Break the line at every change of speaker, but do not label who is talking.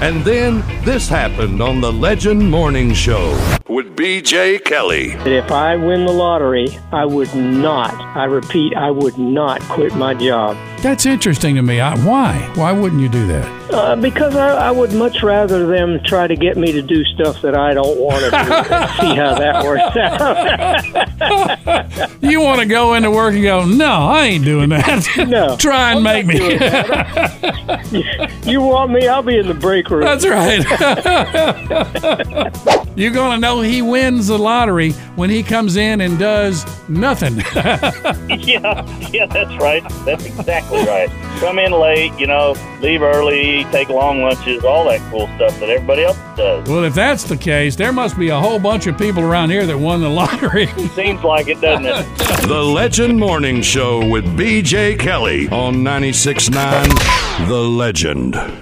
And then this happened on the Legend Morning Show with BJ Kelly.
If I win the lottery, I would not, I repeat, I would not quit my job.
That's interesting to me. I, why? Why wouldn't you do that?
Uh, because I, I would much rather them try to get me to do stuff that I don't want to do. and see how that works out.
You want to go into work and go, no, I ain't doing that.
No.
Try and make me.
you want me? I'll be in the break room.
That's right. You're going to know he wins the lottery when he comes in and does nothing.
yeah, yeah, that's right. That's exactly right. Come in late, you know, leave early, take long lunches, all that cool stuff that everybody else does.
well, if that's the case, there must be a whole bunch of people around here that won the lottery.
Seems like it, doesn't it?
The Legend Morning Show with BJ Kelly on 96.9 The Legend.